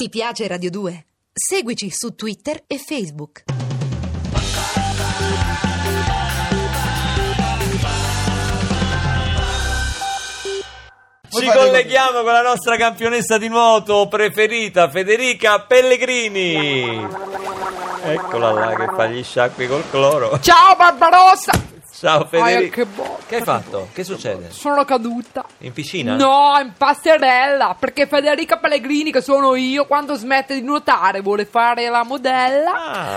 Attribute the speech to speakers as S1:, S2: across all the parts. S1: Ti piace Radio 2? Seguici su Twitter e Facebook.
S2: Ci
S3: fate-
S2: colleghiamo con la nostra campionessa di nuoto preferita, Federica Pellegrini. Eccola là che fa gli sciacqui col cloro.
S4: Ciao Barbarossa!
S2: Ciao
S4: Ah,
S2: Federica.
S4: che botta,
S2: Che hai fatto? Che succede?
S4: Sono caduta.
S2: In piscina?
S4: No, in passerella, perché Federica Pellegrini, che sono io, quando smette di nuotare vuole fare la modella,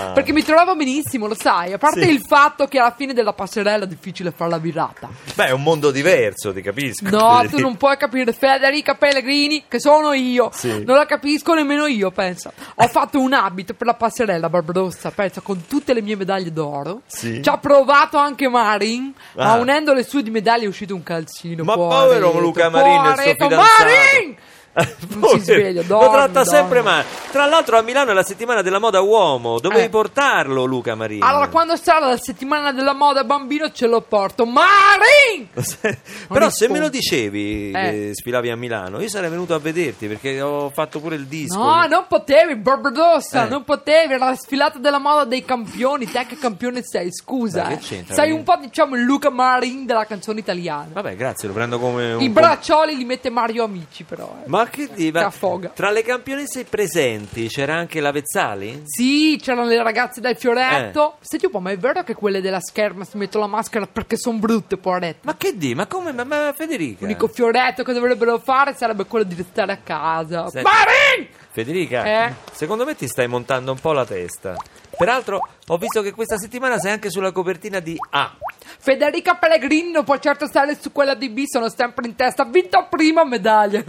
S2: Ah.
S4: perché mi trovavo benissimo, lo sai, a parte
S2: Sì.
S4: il fatto che alla fine della passerella è difficile farla virata.
S2: Beh, è un mondo diverso, ti capisco.
S4: No,
S2: Federica.
S4: tu non puoi capire Federica Pellegrini, che sono io.
S2: Sì.
S4: Non la capisco nemmeno io, pensa. Ho fatto un abito per la passerella Barbarossa, pensa, con tutte le mie medaglie d'oro.
S2: Sì.
S4: Ci ha provato anche Marin,
S2: Ah.
S4: ma unendo le sue di medaglie è uscito un calcino.
S2: Ma
S4: poveretto,
S2: povero Luca Marin e il suo
S4: poveretto.
S2: fidanzato. Eh,
S4: Marin! Non si sveglia,
S2: Lo
S4: dorme,
S2: tratta
S4: dorme.
S2: sempre male. Tra l'altro a Milano è la settimana della moda uomo. Dovevi
S4: Eh.
S2: portarlo Luca Marini.
S4: Allora, quando sarà la settimana della moda bambino ce lo porto. Marin!
S2: Però se
S4: rispondo.
S2: me lo dicevi che
S4: Eh.
S2: sfilavi a Milano, io sarei venuto a vederti perché ho fatto pure il disco.
S4: No, non potevi, Barbarossa,
S2: Eh.
S4: non potevi, era la sfilata della moda dei campioni, te che campione sei, scusa.
S2: Beh,
S4: eh.
S2: che c'entra,
S4: Sei
S2: eh?
S4: un po' diciamo il Luca Marin della canzone italiana.
S2: Vabbè, grazie, lo prendo come un
S4: I
S2: po'-
S4: braccioli li mette Mario Amici però. eh.
S2: Ma che di-
S4: Che
S2: ma-
S4: affoga.
S2: Tra le campionesse presenti c'era anche la Vezzali?
S4: Sì, c'erano le ragazze del
S2: Eh.
S4: fioretto. Senti un po', ma è vero che quelle della scherma si mettono la maschera perché sono brutte, poverette?
S2: Ma che di? Ma come? Ma, ma Federica?
S4: L'unico fioretto che dovrebbero fare sarebbe quello di restare a casa.
S2: Senti.
S4: Marin!
S2: Federica,
S4: Eh?
S2: secondo me ti stai montando un po' la testa. Peraltro ho visto che questa settimana sei anche sulla copertina di A.
S4: Federica Pellegrini non può certo stare su quella di B, sono sempre in testa. Vinto prima medaglia.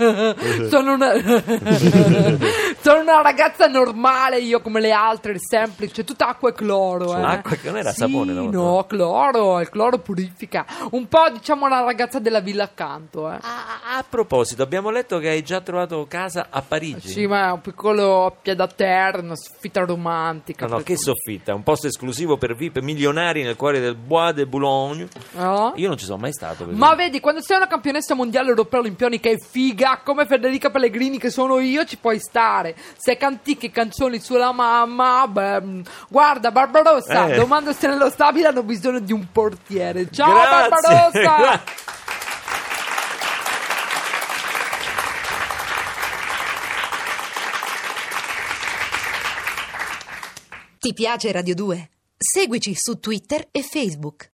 S4: sono, una... sono una ragazza normale, io come le altre, semplice, tutta acqua e cloro. Eh.
S2: Acqua e cloro, non era
S4: Sì,
S2: sapone, no?
S4: No, cloro, il cloro purifica. Un po' diciamo la ragazza della villa accanto. Eh.
S2: A, a proposito, abbiamo letto che hai già trovato casa a Parigi.
S4: Sì, ma è un piccolo piadaterra, una soffitta romantica.
S2: No, no,
S4: per
S2: che
S4: cui-
S2: soffitta, un posto esclusivo per VIP milionari nel cuore del Bois de Boulogne.
S4: No?
S2: Io non ci sono mai stato. per
S4: Ma
S2: esempio.
S4: vedi, quando sei una campionessa mondiale europea olimpionica e figa come Federica Pellegrini che sono io, ci puoi stare. Se canti che canzoni sulla mamma, beh, mh, guarda Barbarossa,
S2: Eh.
S4: domando se nello stabile hanno bisogno di un portiere. Ciao
S2: Grazie,
S4: Barbarossa!
S2: grazie.
S1: Ti piace Radio 2? Seguici su Twitter e Facebook.